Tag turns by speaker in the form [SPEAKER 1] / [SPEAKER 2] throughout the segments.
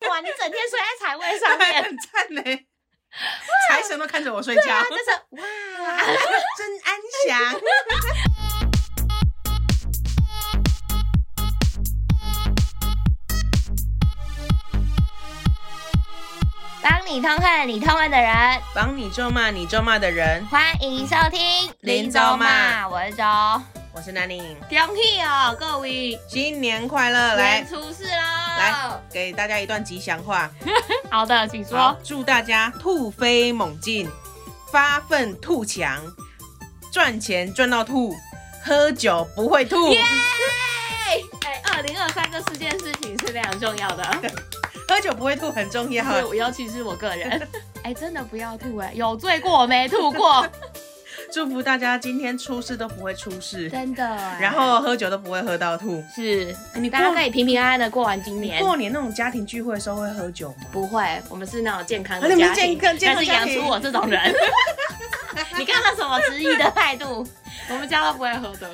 [SPEAKER 1] 你整天睡在财位上面，
[SPEAKER 2] 很赞呢、财神都看着我睡觉，
[SPEAKER 1] 啊，就是哇，
[SPEAKER 2] 真安 详。
[SPEAKER 1] 帮你痛恨你痛恨的人，
[SPEAKER 2] 帮你咒骂你咒骂的人，
[SPEAKER 1] 欢迎收听
[SPEAKER 2] 林州骂
[SPEAKER 1] 我是周，
[SPEAKER 2] 我是南宁，
[SPEAKER 1] 恭喜哦，各位
[SPEAKER 2] 新年快
[SPEAKER 1] 年
[SPEAKER 2] 乐！来
[SPEAKER 1] 出事啦！
[SPEAKER 2] 来，，给大家一段吉祥话，
[SPEAKER 1] 好的，请
[SPEAKER 2] 好
[SPEAKER 1] 说，
[SPEAKER 2] 祝大家突飞猛进，发愤图强，赚钱赚到吐，喝酒不会吐，
[SPEAKER 1] 耶！哎，二零二三这四件事情是非常重要 的，
[SPEAKER 2] 喝酒不会吐很重要。
[SPEAKER 1] 是尤其是我个 人，哎，真的不要吐哎，有醉过没吐过，
[SPEAKER 2] 祝福大家今天出事都不会出事，
[SPEAKER 1] 真的哎。
[SPEAKER 2] 然后喝酒都不会喝到吐。
[SPEAKER 1] 是
[SPEAKER 2] 啊哎你
[SPEAKER 1] 大家
[SPEAKER 2] 过
[SPEAKER 1] 可以平平安安的过完今年。
[SPEAKER 2] 过年那种家庭聚会的时候会喝酒吗？
[SPEAKER 1] 不会，我们是那种健康的
[SPEAKER 2] 啊你
[SPEAKER 1] 家
[SPEAKER 2] 们是
[SPEAKER 1] 庭，
[SPEAKER 2] 健康健
[SPEAKER 1] 但
[SPEAKER 2] 康
[SPEAKER 1] 是
[SPEAKER 2] 家
[SPEAKER 1] 养
[SPEAKER 2] 庭
[SPEAKER 1] 出我这种人。 你看他什么质疑的态度？ 我们家都不会喝的。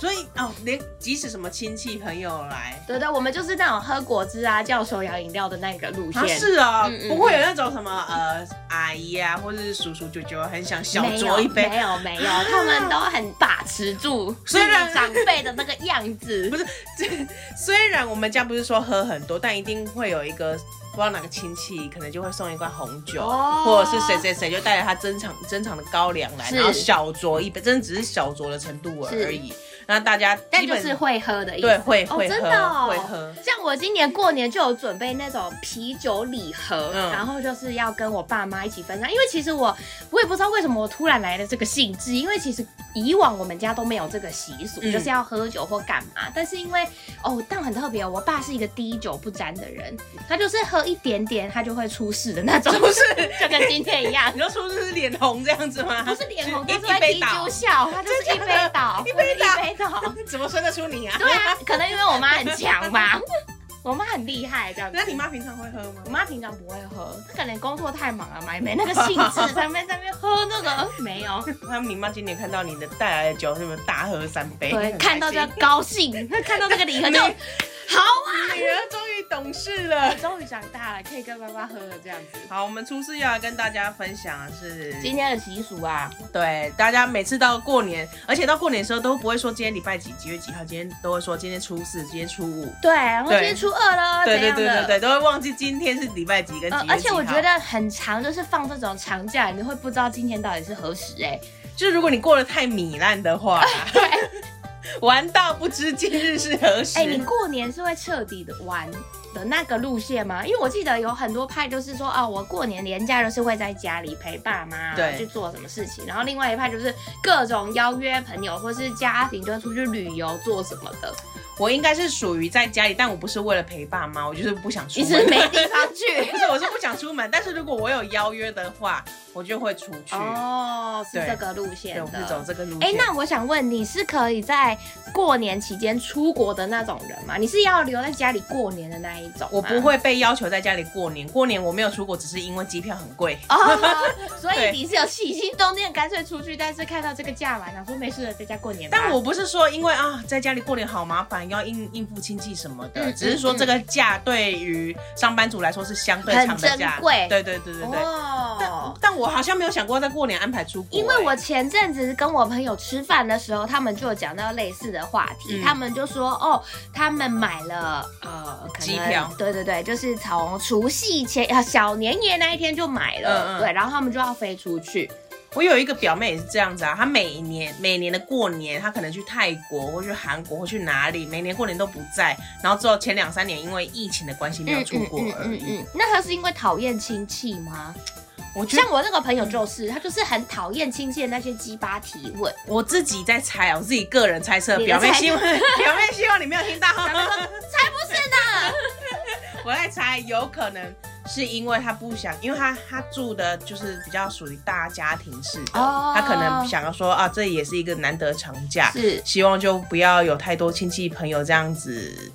[SPEAKER 2] 所以哦，连即使什么亲戚朋友来，
[SPEAKER 1] 对对，我们就是那种喝果汁啊、叫手摇饮料的那个路
[SPEAKER 2] 啊
[SPEAKER 1] 线。
[SPEAKER 2] 是哦，
[SPEAKER 1] 嗯嗯
[SPEAKER 2] 不会有那种什么呃阿姨啊，或者是叔叔舅舅很想小
[SPEAKER 1] 没有
[SPEAKER 2] 酌一杯，
[SPEAKER 1] 没有 没有，他们都很把持住，
[SPEAKER 2] 虽然
[SPEAKER 1] 自己长辈的那个样子
[SPEAKER 2] 不。是这。虽然我们家不是说喝很多，但一定会有一个不知道哪个亲戚可能就会送一罐红酒，
[SPEAKER 1] 哦
[SPEAKER 2] 或者是谁谁谁就带着他珍藏珍藏的高粱来，
[SPEAKER 1] 是
[SPEAKER 2] 然后小酌一杯，真的只是小酌的程度而已。那大家
[SPEAKER 1] 但
[SPEAKER 2] 基
[SPEAKER 1] 就
[SPEAKER 2] 本
[SPEAKER 1] 是会喝的意思。
[SPEAKER 2] 对会
[SPEAKER 1] 哦
[SPEAKER 2] 会喝、
[SPEAKER 1] 真的哦
[SPEAKER 2] 会喝。
[SPEAKER 1] 像我今年过年就有准备那种啤酒礼盒，
[SPEAKER 2] 嗯
[SPEAKER 1] 然后就是要跟我爸妈一起分享。因为其实我我也不知道为什么我突然来了这个兴致，因为其实以往我们家都没有这个习俗，
[SPEAKER 2] 嗯
[SPEAKER 1] 就是要喝酒或干嘛。但是因为哦，但很特别哦，我爸是一个滴酒不沾的人，他就是喝一点点他就会出事的那种，
[SPEAKER 2] 出事
[SPEAKER 1] 就跟今天一样
[SPEAKER 2] 你。就说是脸红这样子吗？
[SPEAKER 1] 不是脸红，
[SPEAKER 2] 一
[SPEAKER 1] 但是
[SPEAKER 2] 一
[SPEAKER 1] 会
[SPEAKER 2] 杯
[SPEAKER 1] 踢
[SPEAKER 2] 倒
[SPEAKER 1] 啾，笑，他就是一
[SPEAKER 2] 真的
[SPEAKER 1] 杯
[SPEAKER 2] 假的
[SPEAKER 1] 倒，
[SPEAKER 2] 一
[SPEAKER 1] 我是
[SPEAKER 2] 杯倒
[SPEAKER 1] 一杯倒。
[SPEAKER 2] 怎么生得出你啊？
[SPEAKER 1] 对啊，可能因为我妈很强吧， 我妈很厉害这样子
[SPEAKER 2] 那。你妈平常会喝吗
[SPEAKER 1] 我？妈平常不会喝，她可能工作太忙了嘛，也没那个兴致，在那边在那边喝那个没有，
[SPEAKER 2] 他们你妈今年看到你的带来的酒，是不是大喝三杯？
[SPEAKER 1] 对，
[SPEAKER 2] 很开
[SPEAKER 1] 看
[SPEAKER 2] 心
[SPEAKER 1] 到就要高兴，她看到这个礼盒就
[SPEAKER 2] 你
[SPEAKER 1] 好啊，
[SPEAKER 2] 女儿终于懂事了。
[SPEAKER 1] 终于长大了，可以跟爸爸喝了这样子。
[SPEAKER 2] 好，我们初四要来跟大家分享的是，
[SPEAKER 1] 今天的习俗啊，
[SPEAKER 2] 对大家每次到过年，而且到过年的时候都不会说今天礼拜几几月几号，今天都会说今天初四，今天初五。
[SPEAKER 1] 对，然后今
[SPEAKER 2] 对
[SPEAKER 1] 天初二了，
[SPEAKER 2] 对
[SPEAKER 1] 哦怎
[SPEAKER 2] 对
[SPEAKER 1] 样
[SPEAKER 2] 对对
[SPEAKER 1] 的？
[SPEAKER 2] 对，都会忘记今天是礼拜几跟几月
[SPEAKER 1] 呃
[SPEAKER 2] 几，号。
[SPEAKER 1] 而且我觉，得很长，就是放这种长假，你会不知道今天到底是何时哎、
[SPEAKER 2] 就如果你过得太糜烂 的话， 玩到不知今日是何时。
[SPEAKER 1] 哎、你过年是会彻底的玩的那个路线吗？因为我记得有很多派就是说，哦，我过年年假就是会在家里陪爸妈
[SPEAKER 2] 对
[SPEAKER 1] 去做什么事情，然后另外一派就是各种邀约朋友或是家庭，就会出去旅游做什么的，
[SPEAKER 2] 我应该是属于在家里，但我不是为了陪爸妈，我就是不想出
[SPEAKER 1] 一
[SPEAKER 2] 门。
[SPEAKER 1] 直没地方去。
[SPEAKER 2] 不是，我是不想出门，但是如果我有邀约的话，我就会出去。
[SPEAKER 1] 哦，是
[SPEAKER 2] 对
[SPEAKER 1] 这个路
[SPEAKER 2] 对，
[SPEAKER 1] 线
[SPEAKER 2] 我是走
[SPEAKER 1] 的。
[SPEAKER 2] 这个路
[SPEAKER 1] 哎、
[SPEAKER 2] 线。
[SPEAKER 1] 那我想问，你是可以在过年期间出国的那种人吗？你是要留在家里过年的那一种吗？
[SPEAKER 2] 我不会被要求在家里过年，过年我没有出国，只是因为机票很贵。
[SPEAKER 1] 哦，所以
[SPEAKER 2] 对
[SPEAKER 1] 你是有起心动念，干脆出去，但是看到这个价码，想说没事了，在家过年吧。
[SPEAKER 2] 但我不是说因为啊，在家里过年好麻烦，要应应付亲戚什么的，
[SPEAKER 1] 嗯
[SPEAKER 2] 只是说这个假对于上班族来说是相对
[SPEAKER 1] 很
[SPEAKER 2] 长的假
[SPEAKER 1] 珍，贵
[SPEAKER 2] 对对对对对。
[SPEAKER 1] 哦，
[SPEAKER 2] 但我好像没有想过在过年安排出国、
[SPEAKER 1] 因为
[SPEAKER 2] 哎
[SPEAKER 1] 我前阵子跟我朋友吃饭的时候，他们就有讲到类似的话题，
[SPEAKER 2] 嗯
[SPEAKER 1] 他们就说哦，他们买了呃可能
[SPEAKER 2] 机票
[SPEAKER 1] 对对对，就是从除夕前呃小年夜那一天就买了，
[SPEAKER 2] 嗯嗯
[SPEAKER 1] 对，然后他们就要飞出去，
[SPEAKER 2] 我有一个表妹也是这样子啊，她每年每年的过年，她可能去泰国或去韩国或去哪里，每年过年都不在，然后之后前两三年因为疫情的关系没有出国而已。
[SPEAKER 1] 嗯，那他是因为讨厌亲戚吗？
[SPEAKER 2] 我觉得
[SPEAKER 1] 像我那个朋友就是，他就是很讨厌亲戚的那些鸡巴提问。
[SPEAKER 2] 我自己在猜啊，我自己个人猜测，
[SPEAKER 1] 你的
[SPEAKER 2] 表
[SPEAKER 1] 猜
[SPEAKER 2] 妹希望表妹希望你没有听到，
[SPEAKER 1] 才不是呢！
[SPEAKER 2] 我在猜，有可能是因为她不想，因为她她住的就是比较属于大家庭式的，
[SPEAKER 1] 哦
[SPEAKER 2] 她可能想要说啊，这也是一个难得长假，
[SPEAKER 1] 是
[SPEAKER 2] 希望就不要有太多亲戚朋友这样子。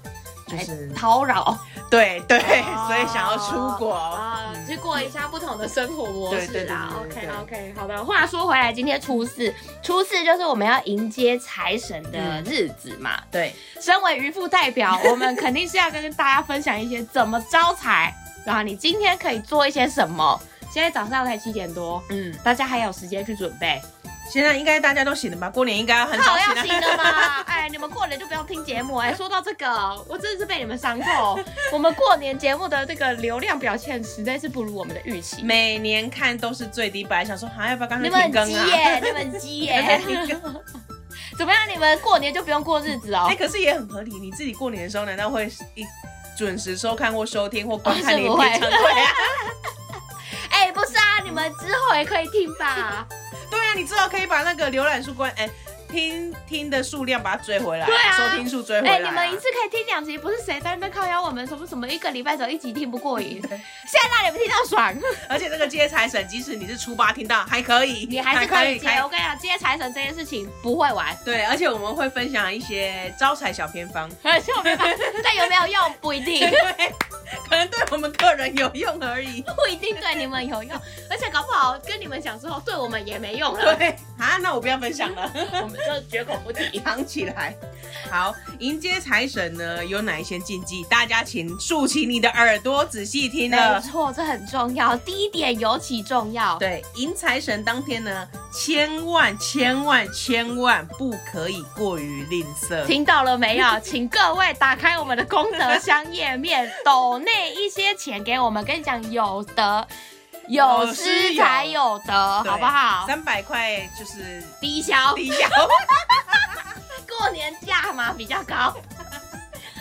[SPEAKER 2] 就是
[SPEAKER 1] 叨 扰
[SPEAKER 2] 对对，
[SPEAKER 1] 哎哦
[SPEAKER 2] 所以想要出国。嗯
[SPEAKER 1] 啊，去过一下不同的生活模式啦。
[SPEAKER 2] 对
[SPEAKER 1] OK
[SPEAKER 2] 对对对对
[SPEAKER 1] OK，好的。话说回来，今天初四，初四就是我们要迎接财神
[SPEAKER 2] 嗯
[SPEAKER 1] 的日子嘛。
[SPEAKER 2] 对，
[SPEAKER 1] 身为渔夫代表，我们肯定是要跟大家分享一些怎么招财。然后你今天可以做一些什么？现在早上才七点多，
[SPEAKER 2] 嗯，
[SPEAKER 1] 大家还有时间去准备。
[SPEAKER 2] 现在应该大家都醒了吧？过年应该很
[SPEAKER 1] 好
[SPEAKER 2] 早
[SPEAKER 1] 要
[SPEAKER 2] 醒
[SPEAKER 1] 醒了 吧？哎，你们过年就不要听节目。哎，说到这个，我真的是被你们伤 透。我们过年节目的这个流量表现实在是不如我们的预期。
[SPEAKER 2] 每年看都是最低，本来想说，还、要不要干脆
[SPEAKER 1] 你们
[SPEAKER 2] 停
[SPEAKER 1] 很
[SPEAKER 2] 更
[SPEAKER 1] 鸡
[SPEAKER 2] 啊？
[SPEAKER 1] 耶， 你们很鸡耶。
[SPEAKER 2] 停更
[SPEAKER 1] 怎么样？你们过年就不用过日子哦
[SPEAKER 2] 哎、？可是也很合理。你自己过年的时候，难道会一准时收看或收听或观
[SPEAKER 1] 哦
[SPEAKER 2] 看
[SPEAKER 1] 是
[SPEAKER 2] 你
[SPEAKER 1] 不
[SPEAKER 2] 平
[SPEAKER 1] 会
[SPEAKER 2] 常 对啊？
[SPEAKER 1] 哎、不是啊，你们之后也可以听吧？
[SPEAKER 2] 对啊，你至少可以把那个浏览数关哎、听听的数量把它追回来，
[SPEAKER 1] 对啊
[SPEAKER 2] 收听数追回
[SPEAKER 1] 哎、
[SPEAKER 2] 来、
[SPEAKER 1] 你们一次可以听两集，不是谁在那边靠邀我们什么什么一个礼拜走一集听不过 瘾，现在让你们听到爽，
[SPEAKER 2] 而且这个接财神，即使你是初八听到，还可以，
[SPEAKER 1] 你还是可以接。哦
[SPEAKER 2] 还
[SPEAKER 1] 我跟你讲，接财神这件事情不会玩，
[SPEAKER 2] 对，而且我们会分享一些招财小偏方，
[SPEAKER 1] 而且我没 办法，但有没有用不一定
[SPEAKER 2] 对，，可能对我们个人有用而已。
[SPEAKER 1] 不一定对你们有 用，而且搞不好跟你们讲之后，对我们也没用 了，
[SPEAKER 2] 对啊，那我不要分享了，
[SPEAKER 1] 嗯我们就绝口不提。
[SPEAKER 2] 藏起来。好，迎接财神呢有哪一些禁忌？大家请竖起你的耳朵，仔细听
[SPEAKER 1] 没
[SPEAKER 2] 了。
[SPEAKER 1] 错，这很重要，第一点尤其重要。
[SPEAKER 2] 对，迎财神当天呢，千万千万千万不可以过于吝啬。
[SPEAKER 1] 听到了没有？ 请各位打开我们的功德箱页面，抖内一些钱给我们。跟你讲，有得有失才有得，
[SPEAKER 2] 对
[SPEAKER 1] 好不好？
[SPEAKER 2] 三百块就是
[SPEAKER 1] 低消，
[SPEAKER 2] 低调，
[SPEAKER 1] 过年价嘛比较高。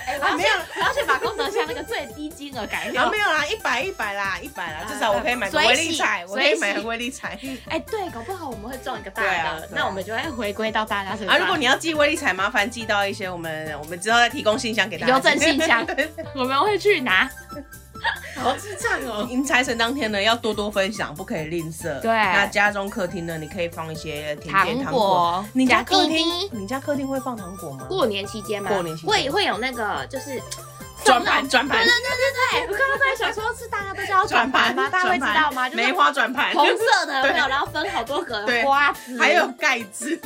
[SPEAKER 1] 哎，
[SPEAKER 2] 啊没有
[SPEAKER 1] 我要去把功德箱那个最低金额改
[SPEAKER 2] 啊
[SPEAKER 1] 掉
[SPEAKER 2] 没。有啦，一百一百啦，一百啦，
[SPEAKER 1] 啊
[SPEAKER 2] 至少我可以买个
[SPEAKER 1] 随
[SPEAKER 2] 威
[SPEAKER 1] 喜
[SPEAKER 2] 力彩，我可
[SPEAKER 1] 随
[SPEAKER 2] 以
[SPEAKER 1] 喜
[SPEAKER 2] 买个威力彩。
[SPEAKER 1] 哎，对，搞不好我们会中一个大
[SPEAKER 2] 对啊对
[SPEAKER 1] 的
[SPEAKER 2] 啊，
[SPEAKER 1] 那我们就会回归到大家身上。
[SPEAKER 2] 啊，如果你要寄威力彩，麻烦寄到一些我们我们之后再提供信箱给大家。
[SPEAKER 1] 邮政信箱
[SPEAKER 2] 对
[SPEAKER 1] 我们会去拿，
[SPEAKER 2] 好智障哦！迎财神当天呢，要多多分享，不可以吝啬。
[SPEAKER 1] 对
[SPEAKER 2] 那家中客厅呢，你可以放一些甜点、
[SPEAKER 1] 糖
[SPEAKER 2] 糖
[SPEAKER 1] 果
[SPEAKER 2] 果。你家客
[SPEAKER 1] 加
[SPEAKER 2] 厅
[SPEAKER 1] 滴，
[SPEAKER 2] 你家客厅会放糖果吗？
[SPEAKER 1] 过年期间嘛，
[SPEAKER 2] 过年期间
[SPEAKER 1] 会会有那个就是
[SPEAKER 2] 转盘 转盘
[SPEAKER 1] 对对对对对，我刚刚在想说，是大家都知道 转盘吗？大家会知道吗？就是
[SPEAKER 2] 梅花转盘，
[SPEAKER 1] 红色的有没有？
[SPEAKER 2] 对
[SPEAKER 1] 然后分好多个
[SPEAKER 2] 对
[SPEAKER 1] 瓜子，
[SPEAKER 2] 还有盖子。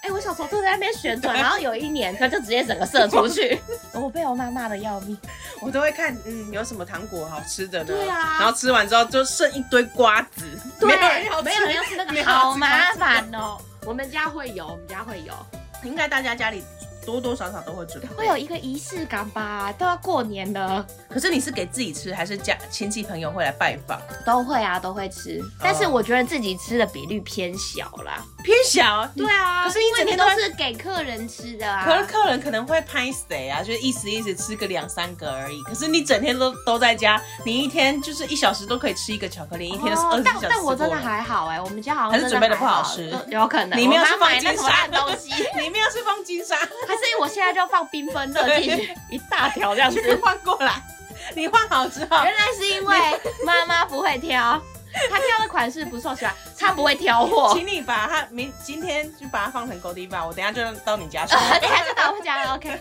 [SPEAKER 1] 哎，我小时候都在那边旋转，然后有一年它就直接整个射出 去，哦我被我妈骂的要命。
[SPEAKER 2] 我都会看，嗯，有什么糖果好吃的呢？
[SPEAKER 1] 对啊
[SPEAKER 2] 然后吃完之后就剩一堆瓜子，
[SPEAKER 1] 对
[SPEAKER 2] 没有人要，吃
[SPEAKER 1] 没有人要吃那
[SPEAKER 2] 没
[SPEAKER 1] 个，
[SPEAKER 2] 有人要吃
[SPEAKER 1] 好麻烦 哦。我们家会有，我们家会有，
[SPEAKER 2] 应该大家家里多多少少都会准备。
[SPEAKER 1] 会有一个仪式感吧？都要过年了，
[SPEAKER 2] 可是你是给自己吃，还是家亲戚朋友会来拜访？
[SPEAKER 1] 都会啊，都会吃。但是我觉得自己吃的比率偏小啦。
[SPEAKER 2] 偏小，
[SPEAKER 1] 对啊，
[SPEAKER 2] 可是你
[SPEAKER 1] 因为
[SPEAKER 2] 整
[SPEAKER 1] 你
[SPEAKER 2] 天
[SPEAKER 1] 都
[SPEAKER 2] 都在
[SPEAKER 1] 是给客人吃的啊。
[SPEAKER 2] 可是客人可能会拍谁啊？就是一时一时吃个两三个而已。可是你整天都都在家，你一天就是一小时都可以吃一个巧克力，一天都是
[SPEAKER 1] 哦
[SPEAKER 2] 二十
[SPEAKER 1] 但
[SPEAKER 2] 小时、
[SPEAKER 1] 但我真的。还好哎、我们家好像
[SPEAKER 2] 还是
[SPEAKER 1] 真
[SPEAKER 2] 准备得
[SPEAKER 1] 还
[SPEAKER 2] 不好吃
[SPEAKER 1] 都有可能。
[SPEAKER 2] 里面
[SPEAKER 1] 我
[SPEAKER 2] 是
[SPEAKER 1] 妈
[SPEAKER 2] 放
[SPEAKER 1] 买那
[SPEAKER 2] 金
[SPEAKER 1] 什么
[SPEAKER 2] 沙
[SPEAKER 1] 烂东 西，
[SPEAKER 2] 里面要是放金沙，
[SPEAKER 1] 还是我现在就放缤纷乐进去一大条这样 子。
[SPEAKER 2] 去
[SPEAKER 1] 原
[SPEAKER 2] 换过来。你换好之 后，
[SPEAKER 1] 来是因为妈妈不会挑，她挑的款式不受喜欢，她不会挑货。
[SPEAKER 2] 请你把它明今天就把它放成狗地吧，我等一下就到你 家去，
[SPEAKER 1] 呃，等一下就到我家了，OK。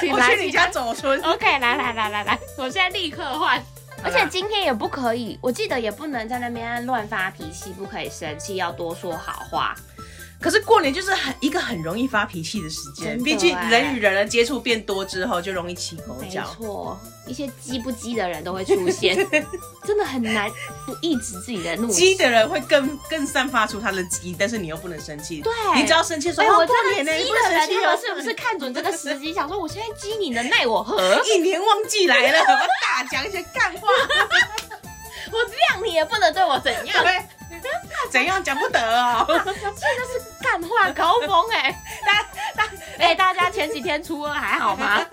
[SPEAKER 1] 请
[SPEAKER 2] 我
[SPEAKER 1] 来
[SPEAKER 2] 去你家走村。
[SPEAKER 1] OK，来来来来来，我现在立刻换。而且今天也不可以，我记得也不能在那边乱发脾气，不可以生气，要多说好话。
[SPEAKER 2] 可是过年就是很一个很容易发脾气的时间
[SPEAKER 1] 真，的
[SPEAKER 2] 毕竟
[SPEAKER 1] 哎
[SPEAKER 2] 人与人的接触变多之后，就容易起口
[SPEAKER 1] 没
[SPEAKER 2] 角。
[SPEAKER 1] 错，一些鸡不鸡的人都会出 现，真的很难不抑制自己的怒
[SPEAKER 2] 激
[SPEAKER 1] 气。
[SPEAKER 2] 的人会更更散发出他的激，但是你又不能生气。
[SPEAKER 1] 对，
[SPEAKER 2] 你只要生气说，
[SPEAKER 1] 哎、
[SPEAKER 2] 哦
[SPEAKER 1] 我觉
[SPEAKER 2] 过
[SPEAKER 1] 得
[SPEAKER 2] 年呢，你
[SPEAKER 1] 鸡
[SPEAKER 2] 不能
[SPEAKER 1] 的
[SPEAKER 2] 生
[SPEAKER 1] 人
[SPEAKER 2] 气
[SPEAKER 1] 他
[SPEAKER 2] 哦
[SPEAKER 1] 们是不是看准这个时机，想说我现在激你能奈我何？
[SPEAKER 2] 呃一年忘记 来了，我大讲一些干话，
[SPEAKER 1] 我谅你也不能对我怎 样，
[SPEAKER 2] 对，怎样讲不 得哦。
[SPEAKER 1] 这就是干话高峰哎、大大哎、大家前几天初二还好吗？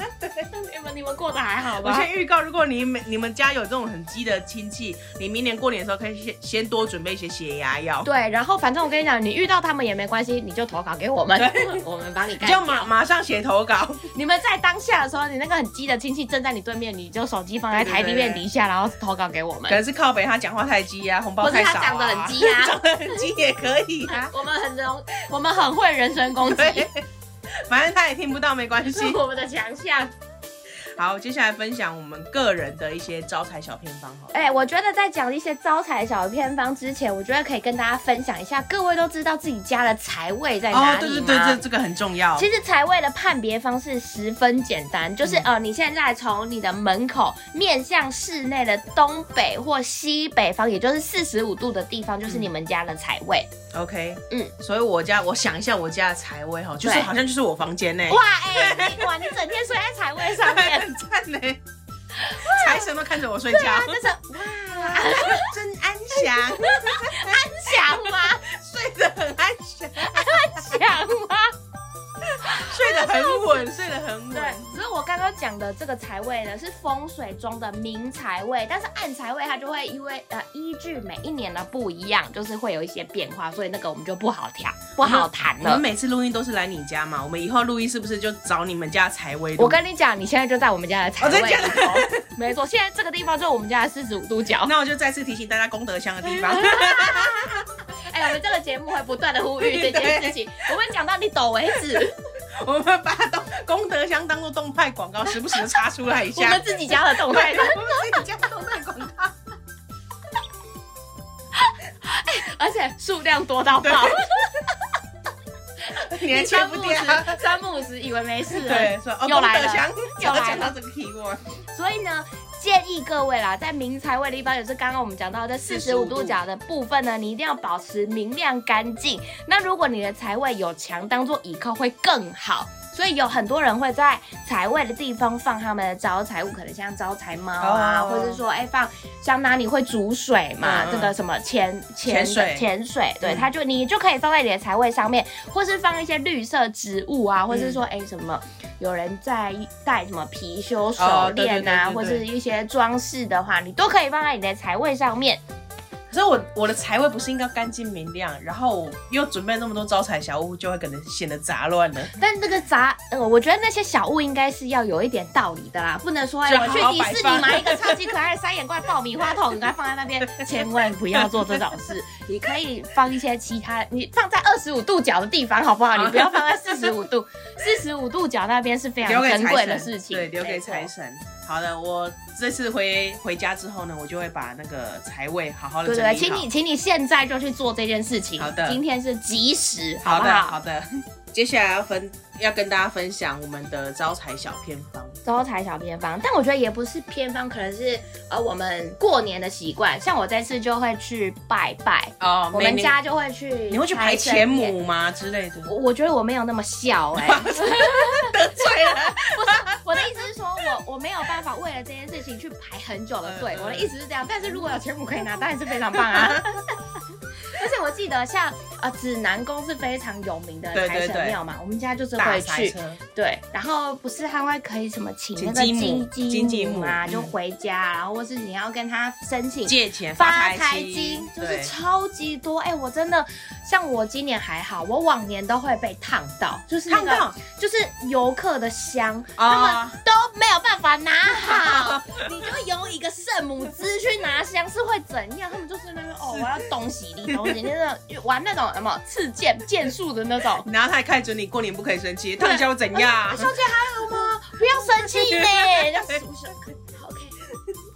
[SPEAKER 1] 你们你们过得还好
[SPEAKER 2] 我
[SPEAKER 1] 吗？
[SPEAKER 2] 先预告，如果你们你们家有这种很激的亲戚，你明年过年的时候可以先先多准备一些血压药，
[SPEAKER 1] 对，然后反正我跟你讲，你遇到他们也没关系，你就投稿给我们， 我们帮你干
[SPEAKER 2] 就马马上写投稿，
[SPEAKER 1] 你们在当下的时候，你那个很鸡的亲戚正在你对面，你就手机放在台地面底下，然后投稿给我
[SPEAKER 2] 可
[SPEAKER 1] 们。
[SPEAKER 2] 能是靠北他讲话太激啊，红包
[SPEAKER 1] 或是
[SPEAKER 2] 太
[SPEAKER 1] 他
[SPEAKER 2] 少啊，
[SPEAKER 1] 长得很鸡 啊
[SPEAKER 2] 长得很激也可以啊，
[SPEAKER 1] 啊，我们很容，我们很 会人身攻击，
[SPEAKER 2] 对，反正他也听不到没关系
[SPEAKER 1] 是。我们的强项。
[SPEAKER 2] 好，接下来分享我们个人的一些招财小偏方好了。
[SPEAKER 1] 哎、我觉得在讲一些招财小偏方之前，我觉得可以跟大家分享一下，各位都知道自己家的财位在哪
[SPEAKER 2] 哦，
[SPEAKER 1] 里吗？
[SPEAKER 2] 对对对，这这个很重要。
[SPEAKER 1] 其实财位的判别方式十分简单，就是呃，你现在从你的门口面向室内的东北或西北方，也就是四十五度的地方，就是你们家的财位。
[SPEAKER 2] OK，嗯
[SPEAKER 1] 嗯，
[SPEAKER 2] 所以我家我想一下我家的财位哈，就是
[SPEAKER 1] 对
[SPEAKER 2] 好像就是我房间呢、
[SPEAKER 1] 哇，哎、你哇，你整天睡在财位上 面，
[SPEAKER 2] 很赞呢、财神都看着我睡觉，
[SPEAKER 1] 啊就是哇，
[SPEAKER 2] 真安详，
[SPEAKER 1] 想吗？
[SPEAKER 2] 睡得很安详，
[SPEAKER 1] 想吗？
[SPEAKER 2] 睡得很稳，睡得很
[SPEAKER 1] 对
[SPEAKER 2] 稳。，
[SPEAKER 1] 所以我刚刚讲的这个财位呢，是风水中的明财位，但是暗财位它就会因为呃依据每一年的不一样，就是会有一些变化，所以那个我们就不好谈，不好谈
[SPEAKER 2] 我们
[SPEAKER 1] 了。
[SPEAKER 2] 每次录音都是来你家嘛，我们以后录音是不是就找你们家的财位？
[SPEAKER 1] 我跟你讲，你现在就在我们家的财
[SPEAKER 2] 我
[SPEAKER 1] 位
[SPEAKER 2] 哦在
[SPEAKER 1] 里
[SPEAKER 2] 家
[SPEAKER 1] 头，没错，现在这个地方就是我们家的四十五度角。
[SPEAKER 2] 那我就再次提醒大家功德箱的地方。
[SPEAKER 1] 嗯哎、我们这个节目会不断的呼吁这件事情，我们讲到你抖为止，
[SPEAKER 2] 我们把它当功德箱当做动态广告，时不时的插出来一
[SPEAKER 1] 我
[SPEAKER 2] 下。
[SPEAKER 1] 们自己家的动态
[SPEAKER 2] 对。我们自己家动态广告。
[SPEAKER 1] 而且数量多到爆
[SPEAKER 2] 对，你还切
[SPEAKER 1] 三
[SPEAKER 2] 不
[SPEAKER 1] 不
[SPEAKER 2] 掉。
[SPEAKER 1] 时三不五时以为没事了，
[SPEAKER 2] 啊对，说哦，
[SPEAKER 1] 又来了
[SPEAKER 2] 功德箱
[SPEAKER 1] 又来了
[SPEAKER 2] 讲到这个 keyword，
[SPEAKER 1] 所以呢，建议各位啦，在明财位的地方，也是刚刚我们讲到，在四十
[SPEAKER 2] 45
[SPEAKER 1] 五度角的部分呢，你一定要保持明亮干净。那如果你的财位有墙当做倚靠，会更好。所以有很多人会在财位的地方放他们的招财物，可能像招财猫啊
[SPEAKER 2] 哦
[SPEAKER 1] 或者是说哎、放香拿你会煮水嘛，
[SPEAKER 2] 嗯嗯
[SPEAKER 1] 这个什么潜
[SPEAKER 2] 潜水
[SPEAKER 1] 潜水，对，
[SPEAKER 2] 嗯
[SPEAKER 1] 它就你就可以放在你的财位上面，或是放一些绿色植物啊，或是说哎、什么有人在戴什么貔貅手链啊，
[SPEAKER 2] 哦对对对对对
[SPEAKER 1] 或是一些装饰的话，你都可以放在你的财位上面。
[SPEAKER 2] 可是我我的财位不是应该干净明亮，然后又准备那么多招财小物，就会可能显得杂乱了。
[SPEAKER 1] 但这个杂，呃，我觉得那些小物应该是要有一点道理的啦，不能说哎、
[SPEAKER 2] 就好
[SPEAKER 1] 我
[SPEAKER 2] 好
[SPEAKER 1] 去迪士
[SPEAKER 2] 摆
[SPEAKER 1] 尼
[SPEAKER 2] 放
[SPEAKER 1] 买一个超级可爱的三眼怪爆米花筒，给它放在那边，千万不要做这种事。你可以放一些其他，你放在二十五度角的地方好不好？你不要放在四十五度，四十五度角那边是非
[SPEAKER 2] 留
[SPEAKER 1] 常
[SPEAKER 2] 给
[SPEAKER 1] 珍
[SPEAKER 2] 财
[SPEAKER 1] 贵
[SPEAKER 2] 神
[SPEAKER 1] 的事情，
[SPEAKER 2] 对，留给财
[SPEAKER 1] 没错。
[SPEAKER 2] 神。好的，我这次回回家之后呢，我就会把那个财位好好的
[SPEAKER 1] 对
[SPEAKER 2] 呃整
[SPEAKER 1] 对
[SPEAKER 2] 理好。
[SPEAKER 1] 对，请你，请你现在就去做这件事情。
[SPEAKER 2] 好的
[SPEAKER 1] 今天是及时，好
[SPEAKER 2] 好
[SPEAKER 1] 不
[SPEAKER 2] 的
[SPEAKER 1] 好？
[SPEAKER 2] 好的。接下来要分要跟大家分享我们的招财小偏方。
[SPEAKER 1] 招财小偏方，但我觉得也不是偏方，可能是呃我们过年的习惯。像我这次就会去拜拜，
[SPEAKER 2] 哦
[SPEAKER 1] 我们家就会去，
[SPEAKER 2] 你会去排前？母吗之类的？
[SPEAKER 1] 我我觉得我没有那么孝哎、
[SPEAKER 2] 得罪了。
[SPEAKER 1] 我的意思是说我我没有办法为了这件事情去排很久的队
[SPEAKER 2] 嗯，嗯嗯
[SPEAKER 1] 我的意思是这样。但是如果有前母可以拿，当然是非常棒 啊。而且我记得像呃指南宫是非常有名的
[SPEAKER 2] 对
[SPEAKER 1] 财
[SPEAKER 2] 对对
[SPEAKER 1] 神庙嘛，我们家就是
[SPEAKER 2] 大
[SPEAKER 1] 会
[SPEAKER 2] 财
[SPEAKER 1] 去。
[SPEAKER 2] 车，
[SPEAKER 1] 对，然后不是他会可以什么请
[SPEAKER 2] 请
[SPEAKER 1] 那个
[SPEAKER 2] 继母
[SPEAKER 1] 鸡
[SPEAKER 2] 金继
[SPEAKER 1] 鸡母
[SPEAKER 2] 母
[SPEAKER 1] 啊，
[SPEAKER 2] 嗯
[SPEAKER 1] 就回家，然后或是你要跟他申请。
[SPEAKER 2] 借钱
[SPEAKER 1] 发财
[SPEAKER 2] 财
[SPEAKER 1] 金就是
[SPEAKER 2] 对
[SPEAKER 1] 超级多，哎、我真的像我今年还好，我往年都会被烫到，就是那
[SPEAKER 2] 看
[SPEAKER 1] 个
[SPEAKER 2] 到
[SPEAKER 1] 就是游客的香，他们
[SPEAKER 2] 啊，
[SPEAKER 1] 都没有办法拿好， 你就用一个圣母汁去拿香是会怎样？他们就是那边哦，我要东西你东西，那种玩那种什么刺剑剑术的那 种，
[SPEAKER 2] 然后他还开准你过年不可以生气，他们家会怎样？
[SPEAKER 1] 小姐还好吗？不要生气 呢。然后我说好 OK，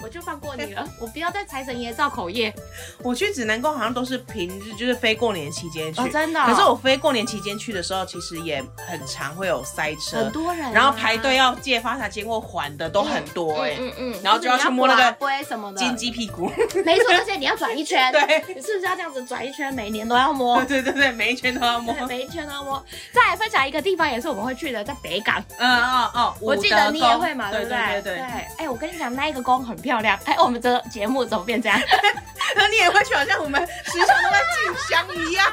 [SPEAKER 1] 我就放过你了，我不要再财神爷造口业。
[SPEAKER 2] 我去指南宫好像都是平日，就是非过年期间去。
[SPEAKER 1] 哦真的
[SPEAKER 2] 可 是我非过年期间去的时候，其实也很常会有塞车
[SPEAKER 1] 很，多人啊、
[SPEAKER 2] 然后排队要借发财金或还的都很多哎、
[SPEAKER 1] 嗯嗯嗯
[SPEAKER 2] 然后就要去摸那个
[SPEAKER 1] 就是你要刮杯什么的，
[SPEAKER 2] 金鸡屁股，
[SPEAKER 1] 没错，而且你要转一圈，
[SPEAKER 2] 对，
[SPEAKER 1] 你是不是要这样子转一圈？每年都要摸
[SPEAKER 2] 对。对对对，每一圈都要摸
[SPEAKER 1] 对，。每一圈都要摸。再来分享一个地方，也是我们会去的，在北港。
[SPEAKER 2] 嗯哦哦，
[SPEAKER 1] 我记
[SPEAKER 2] 武
[SPEAKER 1] 得
[SPEAKER 2] 德
[SPEAKER 1] 你也
[SPEAKER 2] 宫
[SPEAKER 1] 会嘛，
[SPEAKER 2] 对
[SPEAKER 1] 不
[SPEAKER 2] 对
[SPEAKER 1] 对？
[SPEAKER 2] 对对，
[SPEAKER 1] 哎、我跟你讲，那一个宫很漂亮。哎、我们这节目怎么变这样？
[SPEAKER 2] 那你也会去，好像我们时常都在进香 一样。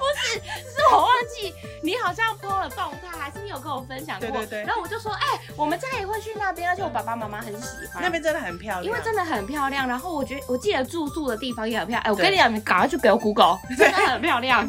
[SPEAKER 1] 是我忘记你好像 PO 了动态，还是你有跟我分享过？
[SPEAKER 2] 对对对
[SPEAKER 1] 然后我就说，哎、我们家也会去那边，而且我爸爸妈妈很喜欢
[SPEAKER 2] 那。边真的很漂亮，
[SPEAKER 1] 因为真的很漂亮，然后我觉得我记得住宿的地方也很漂亮。哎、我
[SPEAKER 2] 对
[SPEAKER 1] 跟你讲，你赶快去给我 Google，真的很漂亮。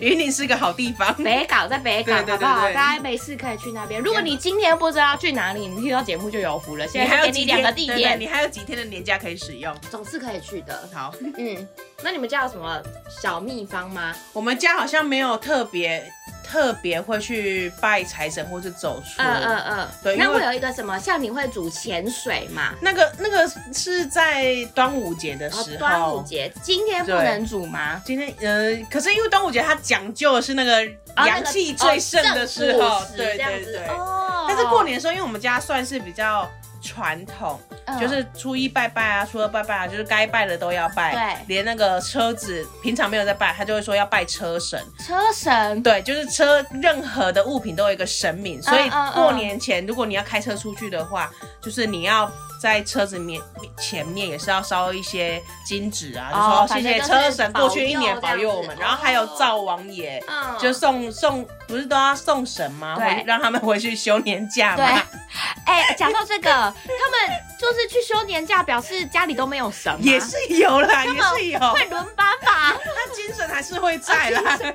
[SPEAKER 2] 云林是个好地方。
[SPEAKER 1] 北港在北港，
[SPEAKER 2] 对对
[SPEAKER 1] 好
[SPEAKER 2] 对
[SPEAKER 1] 不好？
[SPEAKER 2] 对对
[SPEAKER 1] 大家没事可以去那边。如果你今天不知道去哪里，你听到节目就有福了。现在就给你两个地
[SPEAKER 2] 对对
[SPEAKER 1] 点，
[SPEAKER 2] 你还有几天的年假可以使用。
[SPEAKER 1] 总是可以去的。
[SPEAKER 2] 好，
[SPEAKER 1] 嗯，那你们家有什么小秘方吗？
[SPEAKER 2] 我们家好像没有特别。特别会去拜财神或是走出。
[SPEAKER 1] 嗯嗯嗯，
[SPEAKER 2] 对
[SPEAKER 1] 那
[SPEAKER 2] 因为
[SPEAKER 1] 会有一个什么？像你会煮潜水嘛？
[SPEAKER 2] 那个那个是在端午节的
[SPEAKER 1] 然后
[SPEAKER 2] 时候，
[SPEAKER 1] 哦端午节今天不
[SPEAKER 2] 对
[SPEAKER 1] 能煮吗？
[SPEAKER 2] 今天呃，可是因为端午节它讲究的是那个
[SPEAKER 1] 啊
[SPEAKER 2] 阳气最盛的时候，对
[SPEAKER 1] 这样
[SPEAKER 2] 对
[SPEAKER 1] 子
[SPEAKER 2] 对。
[SPEAKER 1] 哦。
[SPEAKER 2] 但是过年的时候，因为我们家算是比较传统，
[SPEAKER 1] 嗯
[SPEAKER 2] 就是初一拜拜啊，初二拜拜啊，就是该拜的都要拜。
[SPEAKER 1] 对
[SPEAKER 2] 连那个车子平常没有在拜，他就会说要拜车神。
[SPEAKER 1] 车神，
[SPEAKER 2] 对，就是车任何的物品都有一个神明，所以
[SPEAKER 1] 嗯嗯
[SPEAKER 2] 过年前如果你要开车出去的话，就是你要。在车子面前面也是要烧一些金纸啊，
[SPEAKER 1] 哦
[SPEAKER 2] 就说谢
[SPEAKER 1] 反正
[SPEAKER 2] 谢
[SPEAKER 1] 就是
[SPEAKER 2] 车神过去一年
[SPEAKER 1] 保佑这样子
[SPEAKER 2] 保佑
[SPEAKER 1] 哦
[SPEAKER 2] 我们，然后还有灶王爷，
[SPEAKER 1] 嗯，
[SPEAKER 2] 就送送不是都要送神吗？
[SPEAKER 1] 对
[SPEAKER 2] 回让他们回去休年假
[SPEAKER 1] 对
[SPEAKER 2] 嘛。。
[SPEAKER 1] 哎、讲到这个，他们就是去休年假，表示家里都没有神吗，
[SPEAKER 2] 也是哦有啦，也是有，
[SPEAKER 1] 会轮班吧？
[SPEAKER 2] 他精神还是会在
[SPEAKER 1] 啊
[SPEAKER 2] 啦。对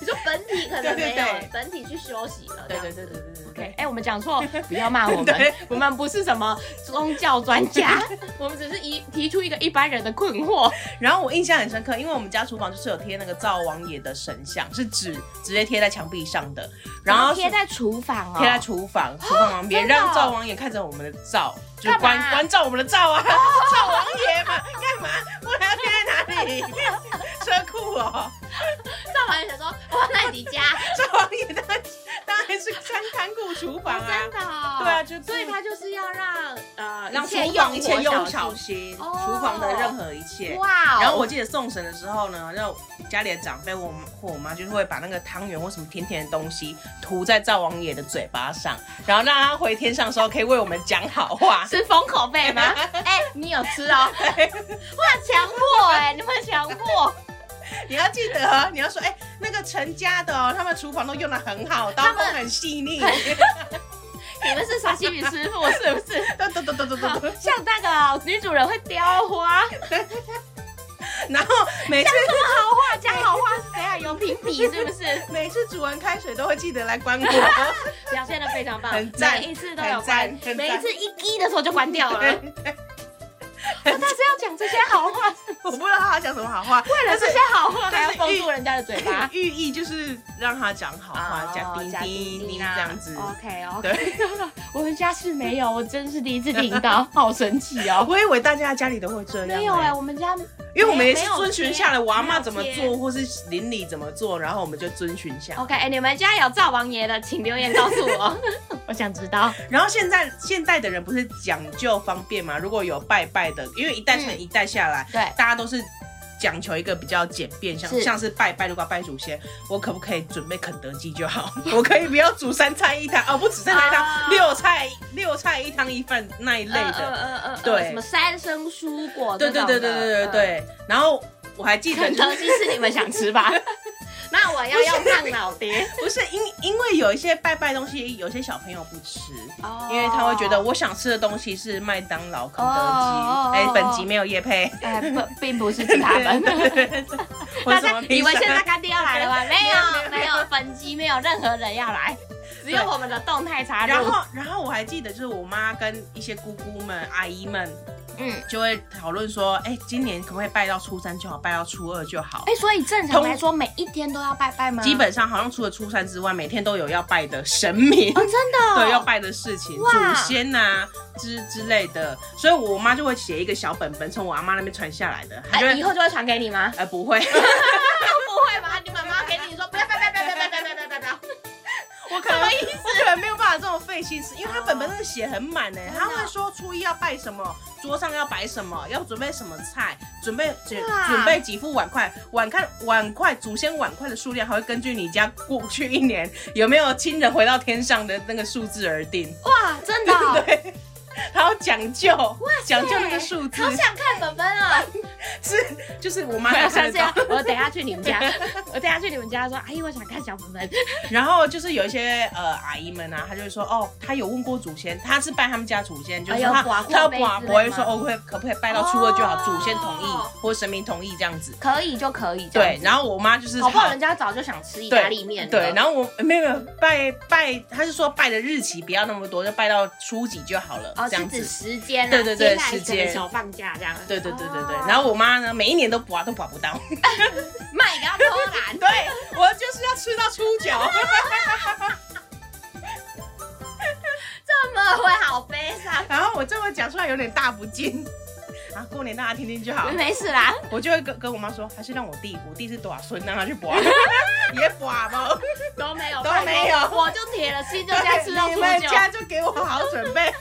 [SPEAKER 1] 你说本体可
[SPEAKER 2] 能没有
[SPEAKER 1] 本体去休息了，
[SPEAKER 2] 对对对对
[SPEAKER 1] 对，哎、我们讲错，不要骂我们
[SPEAKER 2] 对，
[SPEAKER 1] 我们不是什么宗教专 家，我们只是一提出一个一般人的困惑。
[SPEAKER 2] 然后我印象很深刻，因为我们家厨房就是有贴那个灶王爷的神像，是纸直接贴在墙壁上的，然后是
[SPEAKER 1] 贴在厨房哦，
[SPEAKER 2] 贴在厨房厨房旁边，
[SPEAKER 1] 真的哦
[SPEAKER 2] 让灶王爷看着我们的灶，就
[SPEAKER 1] 干嘛哦
[SPEAKER 2] 关关照我们的灶啊，灶王爷嘛， 干嘛？不然要贴在哪里？ 车库哦，
[SPEAKER 1] 灶王爷想说，哇，那你 家
[SPEAKER 2] 灶王爷当然当然是看看顾厨房啊，
[SPEAKER 1] 真的、哦，
[SPEAKER 2] 对啊，，就
[SPEAKER 1] 所以他就是要让呃
[SPEAKER 2] 让
[SPEAKER 1] 一
[SPEAKER 2] 厨
[SPEAKER 1] 切
[SPEAKER 2] 房一
[SPEAKER 1] 火
[SPEAKER 2] 切用
[SPEAKER 1] 小
[SPEAKER 2] 小
[SPEAKER 1] 心
[SPEAKER 2] 心，
[SPEAKER 1] 哦
[SPEAKER 2] 厨房的任何一切。
[SPEAKER 1] 哇哦，
[SPEAKER 2] 然后我记得送神的时候呢，让家里的长辈我妈或我妈就是会把那个汤圆或什么甜甜的东西涂在灶王爷的嘴巴上，然后让他回天上的时候可以为我们讲好 话。
[SPEAKER 1] 是封口费吗？哎、你有吃哦？哇，强迫哎、你们强迫，
[SPEAKER 2] 你要记得哦，你要说哎、那个陈家的哦，他们厨房都用的很好，刀工很细腻，
[SPEAKER 1] 你们是沙西米师傅是 不是？
[SPEAKER 2] 咚咚咚咚咚
[SPEAKER 1] 好
[SPEAKER 2] 咚咚。
[SPEAKER 1] 像那个女主人会雕花，
[SPEAKER 2] 然后每次
[SPEAKER 1] 好话讲好话是怎样？有评比是不是？
[SPEAKER 2] 每次煮完开水都会记得来关锅。
[SPEAKER 1] 表现的非常棒，
[SPEAKER 2] 很赞
[SPEAKER 1] 每一次都有
[SPEAKER 2] 很赞
[SPEAKER 1] 关
[SPEAKER 2] 很，赞
[SPEAKER 1] 每一次一滴的时候就关 掉了。
[SPEAKER 2] 啊
[SPEAKER 1] 哇他是要讲这些好话，为
[SPEAKER 2] 我不知道他讲什么好话，
[SPEAKER 1] 了这些好话还要
[SPEAKER 2] 但是
[SPEAKER 1] 封
[SPEAKER 2] 寓
[SPEAKER 1] 住人家的嘴巴。
[SPEAKER 2] 寓意就是让他讲好话，讲
[SPEAKER 1] 哦
[SPEAKER 2] 啊滴滴滴哦
[SPEAKER 1] 啦
[SPEAKER 2] 这样子。
[SPEAKER 1] OK
[SPEAKER 2] 对
[SPEAKER 1] OK，我 们家是没有，我真是第一次听 到，好神奇哦。
[SPEAKER 2] 我以为大家家里都会这样、
[SPEAKER 1] 没有哎、我们家
[SPEAKER 2] 因为我们也
[SPEAKER 1] 没
[SPEAKER 2] 是
[SPEAKER 1] 有
[SPEAKER 2] 遵循下来，我阿妈
[SPEAKER 1] 没有
[SPEAKER 2] 怎么
[SPEAKER 1] 贴
[SPEAKER 2] 做，或是邻里怎么做，然后我们就遵循下来。
[SPEAKER 1] OK，哎、你们家有灶王爷的，请留言告诉我， 我想知道。
[SPEAKER 2] 然后现在现代的人不是讲究方便嘛？如果有拜拜的，因为一代传
[SPEAKER 1] 嗯
[SPEAKER 2] 一代下来，
[SPEAKER 1] 对
[SPEAKER 2] 大家都是讲求一个比较简便，像
[SPEAKER 1] 是
[SPEAKER 2] 像是拜拜，如果要拜祖先，我可不可以准备肯德基就好？ 我可以不要煮三菜一汤哦，不止三菜一
[SPEAKER 1] 啊
[SPEAKER 2] 汤，六菜六菜一汤一饭那一类的。
[SPEAKER 1] 嗯嗯嗯嗯，
[SPEAKER 2] 对
[SPEAKER 1] 什么三生蔬果
[SPEAKER 2] 对
[SPEAKER 1] 这
[SPEAKER 2] 对
[SPEAKER 1] 种
[SPEAKER 2] 对
[SPEAKER 1] 的，
[SPEAKER 2] 对对对对。然后我还记
[SPEAKER 1] 嗯。
[SPEAKER 2] 得
[SPEAKER 1] 肯
[SPEAKER 2] 就
[SPEAKER 1] 德基是你们想吃 吧？那我要用烫脑 碟，
[SPEAKER 2] 不是因因为有一些拜拜东西，有些小朋友不吃，
[SPEAKER 1] 哦
[SPEAKER 2] 因为他会觉得我想吃的东西是麦当劳、肯
[SPEAKER 1] 哦哦哦
[SPEAKER 2] 德基。哎、本集没有叶配，
[SPEAKER 1] 哎、不，并不是指他们。
[SPEAKER 2] 或
[SPEAKER 1] 大
[SPEAKER 2] 什
[SPEAKER 1] 家
[SPEAKER 2] 么
[SPEAKER 1] 以
[SPEAKER 2] 披
[SPEAKER 1] 为
[SPEAKER 2] 萨
[SPEAKER 1] 现。在干爹要来了吗？ 没有，
[SPEAKER 2] 没有没
[SPEAKER 1] 没
[SPEAKER 2] 有
[SPEAKER 1] 有，本集没有任何人要来，只有
[SPEAKER 2] 对
[SPEAKER 1] 我们的动态插入。
[SPEAKER 2] 然后， 然后我还记得，就是我妈跟一些姑姑们、阿姨们
[SPEAKER 1] 嗯，
[SPEAKER 2] 就会讨论说，哎、今年可不可以拜到初三就好，拜到初二就好。
[SPEAKER 1] 哎、嗯所以正常来说，每一天都要拜拜吗？
[SPEAKER 2] 基本上好像除了初三之外，每天都有要拜的神明。
[SPEAKER 1] 哦，真的哦、
[SPEAKER 2] 对，要拜的事情，
[SPEAKER 1] 哇
[SPEAKER 2] 祖先呐、之之类的，所以我妈就会写一个小本本，从我阿妈那边传下来的，她
[SPEAKER 1] 哎、
[SPEAKER 2] 就会，
[SPEAKER 1] 以
[SPEAKER 2] 哎、
[SPEAKER 1] 后就会传给你吗？
[SPEAKER 2] 不
[SPEAKER 1] 不
[SPEAKER 2] 会，
[SPEAKER 1] 会吧？你妈妈给你说不要不要不要不要不要不要不要不要，
[SPEAKER 2] 我可能我可能没有办法这么费心思，因为她本本真的写很满呢、
[SPEAKER 1] 的
[SPEAKER 2] 她会说初一要拜什么，桌上要摆什么，要准备什么菜，准备准
[SPEAKER 1] 哇
[SPEAKER 2] 准备几副碗筷，碗筷碗筷祖先碗筷的数量还会根据你家过去一年有没有亲人回到天上的那个数字而定，
[SPEAKER 1] 哇，真的哦、
[SPEAKER 2] 对，还要讲究，讲究那个数字，
[SPEAKER 1] 好想看本本啊！
[SPEAKER 2] 是，就是我妈
[SPEAKER 1] 我
[SPEAKER 2] 要
[SPEAKER 1] 要
[SPEAKER 2] 看
[SPEAKER 1] 下
[SPEAKER 2] 得
[SPEAKER 1] 次要
[SPEAKER 2] 到。，
[SPEAKER 1] 我等一下去你们家，我等一下去你们家说，
[SPEAKER 2] 哎
[SPEAKER 1] 阿姨，我想看小本本。
[SPEAKER 2] 然后就是有一些呃阿姨们啊，她就会说哦，她有问过祖先，她是拜他们家祖先，就是
[SPEAKER 1] 哎呦
[SPEAKER 2] 她
[SPEAKER 1] 寡妇
[SPEAKER 2] 她
[SPEAKER 1] 辈之
[SPEAKER 2] 寡
[SPEAKER 1] 类
[SPEAKER 2] 不会
[SPEAKER 1] 吗
[SPEAKER 2] 说哦，会可不可以拜到初二就好，
[SPEAKER 1] 哦
[SPEAKER 2] 祖先同意或神明同意这样子。
[SPEAKER 1] 可以就可以，这样
[SPEAKER 2] 对
[SPEAKER 1] 子，
[SPEAKER 2] 然后我妈就是
[SPEAKER 1] 搞不好
[SPEAKER 2] 好
[SPEAKER 1] 人家早就想吃意
[SPEAKER 2] 对
[SPEAKER 1] 大利面了
[SPEAKER 2] 对，然后我没有没有拜拜，她是说拜的日期不要那么多，就拜到初几就好了。
[SPEAKER 1] 哦哦，是
[SPEAKER 2] 这样
[SPEAKER 1] 指
[SPEAKER 2] 子。
[SPEAKER 1] 时间啦，
[SPEAKER 2] 对对对
[SPEAKER 1] 接下来
[SPEAKER 2] 时间
[SPEAKER 1] 整个小放假这样。
[SPEAKER 2] 对对对对对
[SPEAKER 1] 哦，
[SPEAKER 2] 然后我妈呢，每一年都拔都拔不到，
[SPEAKER 1] 卖给他偷 懒，
[SPEAKER 2] 对我就是要吃到猪脚。
[SPEAKER 1] 这么会好悲伤。
[SPEAKER 2] 然后我这么讲出来有点大不敬， 啊，过年大家听听就好。
[SPEAKER 1] 没事啦，
[SPEAKER 2] 我就会跟跟我妈说，还是让我弟，我弟是短孙，让他 去拔，也拔吧。
[SPEAKER 1] 都没有，
[SPEAKER 2] 都没有
[SPEAKER 1] 拜托我就铁了心就该吃到
[SPEAKER 2] 你
[SPEAKER 1] 猪
[SPEAKER 2] 们
[SPEAKER 1] 脚。
[SPEAKER 2] 家就给我好好准备，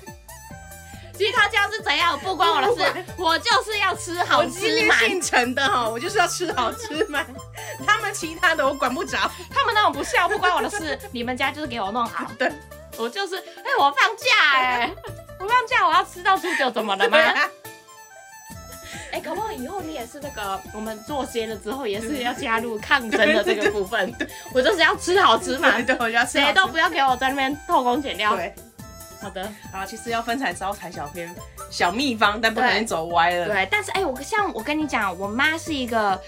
[SPEAKER 1] 其实他这样是怎样，不关我的事，我就是要吃好
[SPEAKER 2] 我今
[SPEAKER 1] 吃
[SPEAKER 2] 天
[SPEAKER 1] 满。
[SPEAKER 2] 姓陈的哈，我就是要吃好吃嘛。他们其他的我管不着。
[SPEAKER 1] 他们那种不孝不关我的事， 你们家就是给我弄好。
[SPEAKER 2] 对，
[SPEAKER 1] 我就是，哎、我放假哎、 我放假我要吃到猪脚，怎么了 吗？
[SPEAKER 2] 对
[SPEAKER 1] 哎、
[SPEAKER 2] 啊
[SPEAKER 1] 搞不好以后你也是那个，我们做些了之后也是要加入抗争的这个部 分。我就是要吃好吃 嘛，
[SPEAKER 2] 对，我就要吃
[SPEAKER 1] 谁
[SPEAKER 2] 好吃。
[SPEAKER 1] 都不要给我在那边偷工减料。
[SPEAKER 2] 对，
[SPEAKER 1] 好的，
[SPEAKER 2] 然后其实要分财招财小偏小秘方，但不小心走歪了。
[SPEAKER 1] 对，但是哎、我像我跟你讲，我妈是一个。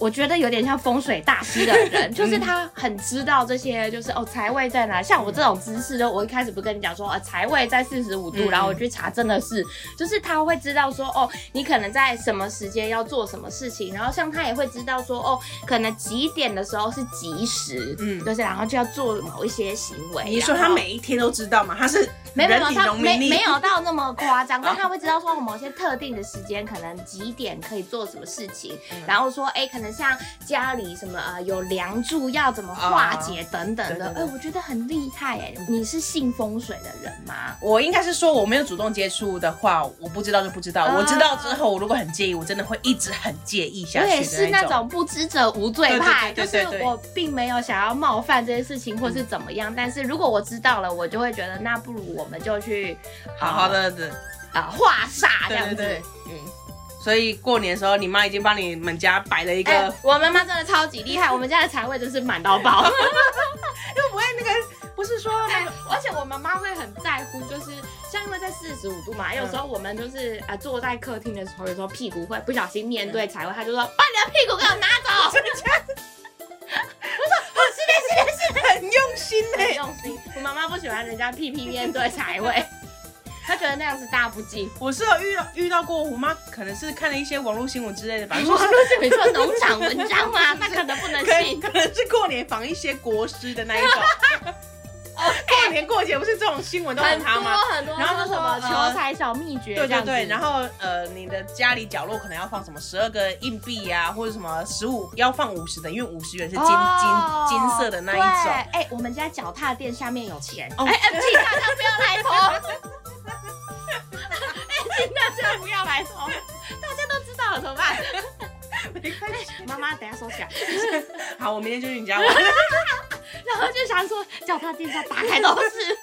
[SPEAKER 1] 我觉得有点像风水大师的 人，
[SPEAKER 2] 嗯
[SPEAKER 1] 就是她很知道这些，就是哦财位在哪。像我这种知识，就我一开始不跟你讲说，呃财位在四十五度，
[SPEAKER 2] 嗯
[SPEAKER 1] 然后我去查，真的是，就是她会知道说，哦，你可能在什么时间要做什么事情，然后像她也会知道说，哦，可能几点的时候是吉时，嗯，
[SPEAKER 2] 嗯
[SPEAKER 1] 就是然后就要做某一些行为。
[SPEAKER 2] 你说
[SPEAKER 1] 然
[SPEAKER 2] 他
[SPEAKER 1] 后
[SPEAKER 2] 每一天都知道吗？他是
[SPEAKER 1] 没有没
[SPEAKER 2] 人
[SPEAKER 1] 有，
[SPEAKER 2] 体
[SPEAKER 1] 他
[SPEAKER 2] 农
[SPEAKER 1] 没
[SPEAKER 2] 民力
[SPEAKER 1] 没有到那么夸张，但
[SPEAKER 2] 啊
[SPEAKER 1] 他会知道说某些特定的时间，可能几点可以做什么事情，
[SPEAKER 2] 嗯
[SPEAKER 1] 然后说哎、可能像家里什么呃有梁柱要怎么化解等等的，哎、
[SPEAKER 2] 对对对
[SPEAKER 1] 我觉得很厉害哎、你是信风水的人吗？
[SPEAKER 2] 我应该是说我没有主动接触的话，我不知道就不知道。
[SPEAKER 1] 啊
[SPEAKER 2] 我知道之后，我如果很介意，我真的会一直很介意下
[SPEAKER 1] 我
[SPEAKER 2] 去的
[SPEAKER 1] 也是那
[SPEAKER 2] 种。
[SPEAKER 1] 种不知者无罪派，
[SPEAKER 2] 对
[SPEAKER 1] 就
[SPEAKER 2] 对对对
[SPEAKER 1] 是
[SPEAKER 2] 对对嗯
[SPEAKER 1] 我并没有想要冒犯这件事情或是怎么样，但是如果我知道了，我就会觉得那不如我们就去
[SPEAKER 2] 好好的的，
[SPEAKER 1] 呃化煞这
[SPEAKER 2] 对
[SPEAKER 1] 样
[SPEAKER 2] 对
[SPEAKER 1] 子。
[SPEAKER 2] 对，嗯。所以过年的时候，你妈已经帮你们家摆了一个，
[SPEAKER 1] 哎、我妈妈真的超级厉 害，我们家的财位真是满到爆。
[SPEAKER 2] 又不会那个，不是说
[SPEAKER 1] 哎， 而且我妈妈会很在乎，就是像因为在四十五度嘛，有时候我们就是啊、呃坐在客厅的时候，有时候屁股会不小心面对财位，她就说把你的屁股给我拿走。
[SPEAKER 2] 很用心 呢、
[SPEAKER 1] 很用心，我妈妈不喜欢人家屁屁面对财 位，她觉得那样是大不敬。
[SPEAKER 2] 我是有遇到遇到过，我妈可能是看了一些网络新闻之类的，反正
[SPEAKER 1] 我
[SPEAKER 2] 就
[SPEAKER 1] 说
[SPEAKER 2] 是
[SPEAKER 1] 你说农场文章 吗？那可能不能
[SPEAKER 2] 可
[SPEAKER 1] 信。
[SPEAKER 2] 可能是过年防一些国师的那一种。过年过节不是这种新闻都
[SPEAKER 1] 很
[SPEAKER 2] 很
[SPEAKER 1] 多
[SPEAKER 2] 夯吗？
[SPEAKER 1] 很多，
[SPEAKER 2] 然后她
[SPEAKER 1] 说
[SPEAKER 2] 说
[SPEAKER 1] 什么
[SPEAKER 2] 呃
[SPEAKER 1] 求财小秘诀这
[SPEAKER 2] 对对
[SPEAKER 1] 样子，
[SPEAKER 2] 对，然后呃，你的家里角落可能要放什么十二个硬币啊，或者什么十五要放五十的，因为五十元是金、
[SPEAKER 1] 哦
[SPEAKER 2] 金金色的那一
[SPEAKER 1] 对
[SPEAKER 2] 种。
[SPEAKER 1] 哎、我们家脚踏垫下面有钱。哎、
[SPEAKER 2] 哦
[SPEAKER 1] 请大家不要 来投。哎、请大家不要来投，大家都知道了怎么办？
[SPEAKER 2] 没关系
[SPEAKER 1] 妈妈，等一下收起来。
[SPEAKER 2] 好，我明天就去 你家玩。
[SPEAKER 1] 然后就想说，脚踏垫下打开都是。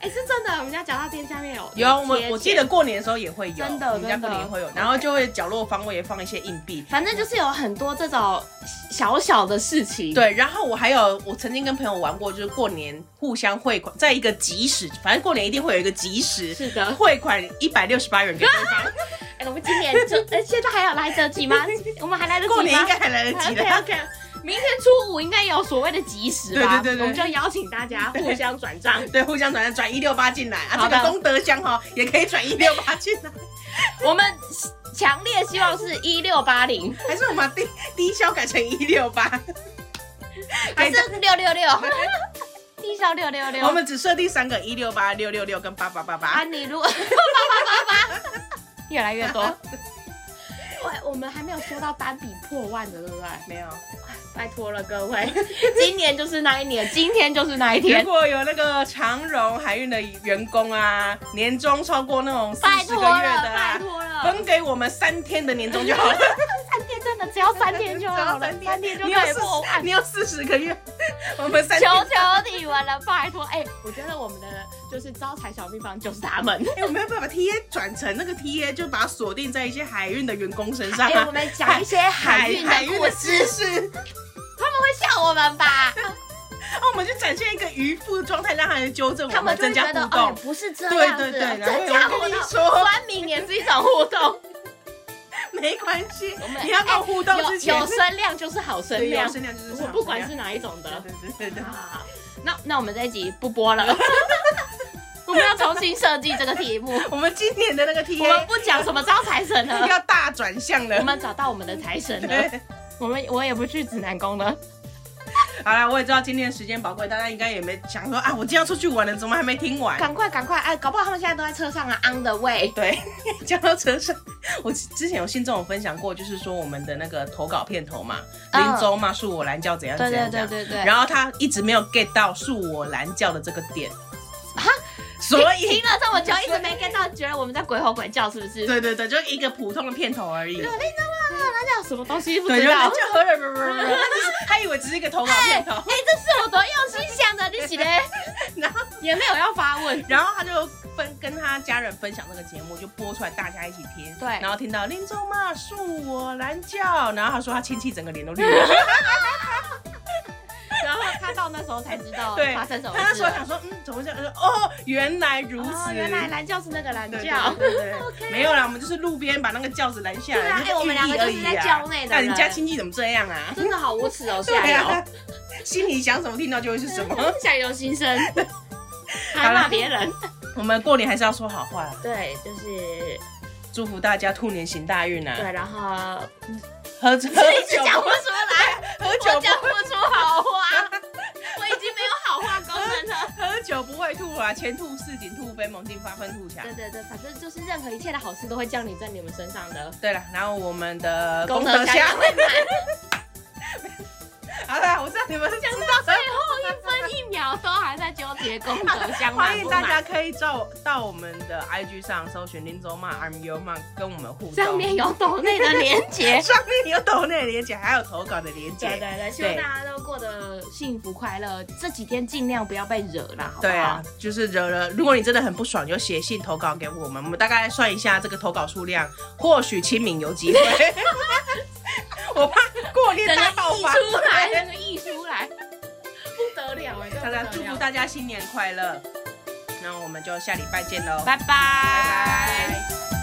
[SPEAKER 1] 哎、是真的，我们家脚踏垫下面有
[SPEAKER 2] 有啊，我
[SPEAKER 1] 贴
[SPEAKER 2] 们我记
[SPEAKER 1] 钱
[SPEAKER 2] 得过年的时候也会有，
[SPEAKER 1] 真的
[SPEAKER 2] 我们家
[SPEAKER 1] 真的
[SPEAKER 2] 过年也会有，然后就会角落方位也放一些硬币。
[SPEAKER 1] 反正就是有很多这种小小的事情。，
[SPEAKER 2] 对，然后我还有，我曾经跟朋友玩过，就是过年互相汇款，在一个集时，反正过年一定会有一个集时，
[SPEAKER 1] 是的。
[SPEAKER 2] 汇款一百六十八元给对 方。
[SPEAKER 1] 哎、我们今年就，哎、现在还有来得及 吗？我们还来得及吗？
[SPEAKER 2] 过年应该还来得 及
[SPEAKER 1] OK
[SPEAKER 2] 的。
[SPEAKER 1] OK，明天初五应该有所谓的吉时吧？
[SPEAKER 2] 对对对对
[SPEAKER 1] 我们就邀请大家互相转账。
[SPEAKER 2] 对，互相转转一六八进来
[SPEAKER 1] 好
[SPEAKER 2] 啊，
[SPEAKER 1] 的
[SPEAKER 2] 这个功德箱哈、也可以转一六八进来，
[SPEAKER 1] 我们强烈希望是一六八 零，
[SPEAKER 2] 还是我们把低低消改成一 六八？
[SPEAKER 1] 还是六六 六？低消六六六。
[SPEAKER 2] 我们只设定三个一六八、六六六跟八八八
[SPEAKER 1] 哦啊，
[SPEAKER 2] 八。
[SPEAKER 1] 你如果八八八八，越来越多。
[SPEAKER 2] 啊
[SPEAKER 1] 我我们还没有收到单笔破万的，对不对？
[SPEAKER 2] 没有，
[SPEAKER 1] 拜托了各位，今年就是那一年，今天就是那一
[SPEAKER 2] 如
[SPEAKER 1] 天。
[SPEAKER 2] 果有那个长荣海运的员工啊，年终超过那种四
[SPEAKER 1] 拜
[SPEAKER 2] 十
[SPEAKER 1] 托
[SPEAKER 2] 个
[SPEAKER 1] 了，
[SPEAKER 2] 月的
[SPEAKER 1] 拜
[SPEAKER 2] 啊，
[SPEAKER 1] 托 了，
[SPEAKER 2] 分给我们三天的年终就好了。
[SPEAKER 1] 三天真的只要哦三天就 好了，
[SPEAKER 2] 三
[SPEAKER 1] 三
[SPEAKER 2] 天
[SPEAKER 1] 天就
[SPEAKER 2] 你有
[SPEAKER 1] 可以
[SPEAKER 2] 四
[SPEAKER 1] 破万。
[SPEAKER 2] 你有四十个月，我们三
[SPEAKER 1] 求
[SPEAKER 2] 天。
[SPEAKER 1] 求你 们了，拜托！哎、我觉得我们的就是招财小秘方就是他们。
[SPEAKER 2] 哎、我没有办法 T A 转成那个 T A，就把它锁定在一些海运的员工身 上、
[SPEAKER 1] 哎、
[SPEAKER 2] 啊
[SPEAKER 1] 我。们讲一些海运
[SPEAKER 2] 海
[SPEAKER 1] 的
[SPEAKER 2] 运
[SPEAKER 1] 故
[SPEAKER 2] 的
[SPEAKER 1] 事，
[SPEAKER 2] 知识，
[SPEAKER 1] 他们会笑我们吧？
[SPEAKER 2] 那我们就展现一个渔夫的状态，让他人纠 正我
[SPEAKER 1] 他们
[SPEAKER 2] 们，
[SPEAKER 1] 就
[SPEAKER 2] 增
[SPEAKER 1] 会觉
[SPEAKER 2] 加
[SPEAKER 1] 得
[SPEAKER 2] 互
[SPEAKER 1] 哦
[SPEAKER 2] 动，。
[SPEAKER 1] 不是这
[SPEAKER 2] 对
[SPEAKER 1] 样子，
[SPEAKER 2] 对对，然后
[SPEAKER 1] 增加
[SPEAKER 2] 我
[SPEAKER 1] 互
[SPEAKER 2] 跟你
[SPEAKER 1] 动。
[SPEAKER 2] 说，
[SPEAKER 1] 酸民也是一种互动，
[SPEAKER 2] 没关系
[SPEAKER 1] 我们，哎
[SPEAKER 2] 你要跟我互动
[SPEAKER 1] 有
[SPEAKER 2] 之前，
[SPEAKER 1] 有声量就是好声
[SPEAKER 2] 对
[SPEAKER 1] 量
[SPEAKER 2] 有，声量就是
[SPEAKER 1] 我
[SPEAKER 2] 好
[SPEAKER 1] 不管
[SPEAKER 2] 声
[SPEAKER 1] 是哪一种
[SPEAKER 2] 量
[SPEAKER 1] 的。
[SPEAKER 2] 对对对对 对。
[SPEAKER 1] 啊，那那我们这一集不播了，我们要重新设计这个题 目。
[SPEAKER 2] 我们今年的那 个
[SPEAKER 1] 我们
[SPEAKER 2] TA
[SPEAKER 1] 不 讲什么招财神了，
[SPEAKER 2] 要大转向
[SPEAKER 1] 我
[SPEAKER 2] 了。
[SPEAKER 1] 们找到我们的财神了。
[SPEAKER 2] 对，
[SPEAKER 1] 我们我也不去指南宫了。
[SPEAKER 2] 好啦，我也知道今天时间宝贵，大家应该也没想说啊，我今天要出去玩了，怎么还没听完？
[SPEAKER 1] 赶快赶快！哎，搞不好他们现在都在车上啊，on the way。
[SPEAKER 2] 对， 讲到车上，我之前有信中有分享过，就是说我们的那个投稿片头嘛，
[SPEAKER 1] 嗯
[SPEAKER 2] 林州嘛，恕我蓝教怎样怎
[SPEAKER 1] 对对
[SPEAKER 2] 样怎
[SPEAKER 1] 对
[SPEAKER 2] 样，
[SPEAKER 1] 对对。
[SPEAKER 2] 然后他一直没有 get 到恕我蓝教的这个点，
[SPEAKER 1] 哈，
[SPEAKER 2] 所
[SPEAKER 1] 啊听
[SPEAKER 2] 以
[SPEAKER 1] 听了这么久一直没 get 到，觉得我们在鬼吼鬼叫是不是？
[SPEAKER 2] 对对对，就一个普通的片头而已，
[SPEAKER 1] 我跟你讲啦， 那叫什么东西不
[SPEAKER 2] 对，
[SPEAKER 1] 知
[SPEAKER 2] 就
[SPEAKER 1] 道
[SPEAKER 2] 蓝？教，他就是他以为只是一个投稿
[SPEAKER 1] 哎
[SPEAKER 2] 片
[SPEAKER 1] 哎，
[SPEAKER 2] 头，
[SPEAKER 1] 这是我多用心想的，你写 的，
[SPEAKER 2] 然后
[SPEAKER 1] 也没有要发问。
[SPEAKER 2] 然后他就分跟他家人分享这个节目，就播出来大家一起听。
[SPEAKER 1] 对
[SPEAKER 2] 然后听到林州嘛，恕我蓝教，然后他说他亲戚整个脸都绿 了。
[SPEAKER 1] 然后他到那时候才知道
[SPEAKER 2] 对，
[SPEAKER 1] 发生什么
[SPEAKER 2] 他
[SPEAKER 1] 事
[SPEAKER 2] 说
[SPEAKER 1] 了。
[SPEAKER 2] 想说嗯怎么会这样？他说哦原来如此，
[SPEAKER 1] 哦，原来蓝教是那个蓝
[SPEAKER 2] 对对
[SPEAKER 1] 教。
[SPEAKER 2] 对对 对没有啦，我们就是路边把那个轿子拦下
[SPEAKER 1] 对
[SPEAKER 2] 来，
[SPEAKER 1] 啊
[SPEAKER 2] 那
[SPEAKER 1] 哎我们两个就是
[SPEAKER 2] 寓意而已啊
[SPEAKER 1] 在郊内的
[SPEAKER 2] 那
[SPEAKER 1] 人
[SPEAKER 2] 你家亲戚怎么这样啊？
[SPEAKER 1] 真的好无耻哦，
[SPEAKER 2] 对
[SPEAKER 1] 下
[SPEAKER 2] 啊
[SPEAKER 1] 流，，
[SPEAKER 2] 心里想什么听到就会是什么。
[SPEAKER 1] 下流心 声，
[SPEAKER 2] 好
[SPEAKER 1] 还
[SPEAKER 2] 啦
[SPEAKER 1] 骂别人。
[SPEAKER 2] 我们过年还是要说好话啦，
[SPEAKER 1] 对，就是
[SPEAKER 2] 祝福大家兔年行大运啊！
[SPEAKER 1] 对，然后
[SPEAKER 2] 喝喝酒
[SPEAKER 1] 一直讲不出来，
[SPEAKER 2] 喝
[SPEAKER 1] 我
[SPEAKER 2] 酒
[SPEAKER 1] 讲不出好话， 我已经没有好话功能了。
[SPEAKER 2] 喝酒不会吐啊，前吐四锦吐飞，猛进发愤图强
[SPEAKER 1] 对。对对，反正就是任何一切的好事都会降临在你们身上的。
[SPEAKER 2] 对了，然后我们的
[SPEAKER 1] 功
[SPEAKER 2] 功德
[SPEAKER 1] 德
[SPEAKER 2] 箱
[SPEAKER 1] 箱，会满，
[SPEAKER 2] 好啦，我知道你们
[SPEAKER 1] 讲到最后一分一秒都还在纠结功德箱满
[SPEAKER 2] 欢
[SPEAKER 1] 不
[SPEAKER 2] 迎大
[SPEAKER 1] 满。
[SPEAKER 2] 家可以到到我们的 IG 上搜寻林州骂 I'm Your 骂，跟我们互动。哎
[SPEAKER 1] 上面有抖内的连结。
[SPEAKER 2] 上面有抖内的连接，还有投稿的连接。
[SPEAKER 1] 对对对，希望大家都过得幸福快乐。这几天尽量不要被惹啦，好不好？
[SPEAKER 2] 对啊，就是惹了。如果你真的很不爽，就写信投稿给我们，我们大概算一下这个投稿数量，或许清明有机会。 我怕过年
[SPEAKER 1] 整个
[SPEAKER 2] 大爆
[SPEAKER 1] 溢
[SPEAKER 2] 发。
[SPEAKER 1] 出来，整个溢出来，不得了哎！真
[SPEAKER 2] 大
[SPEAKER 1] 的
[SPEAKER 2] 家
[SPEAKER 1] 不
[SPEAKER 2] 祝
[SPEAKER 1] 得了
[SPEAKER 2] 福大家新年快乐，那我们就下礼拜见喽，
[SPEAKER 1] 拜拜。
[SPEAKER 2] 拜拜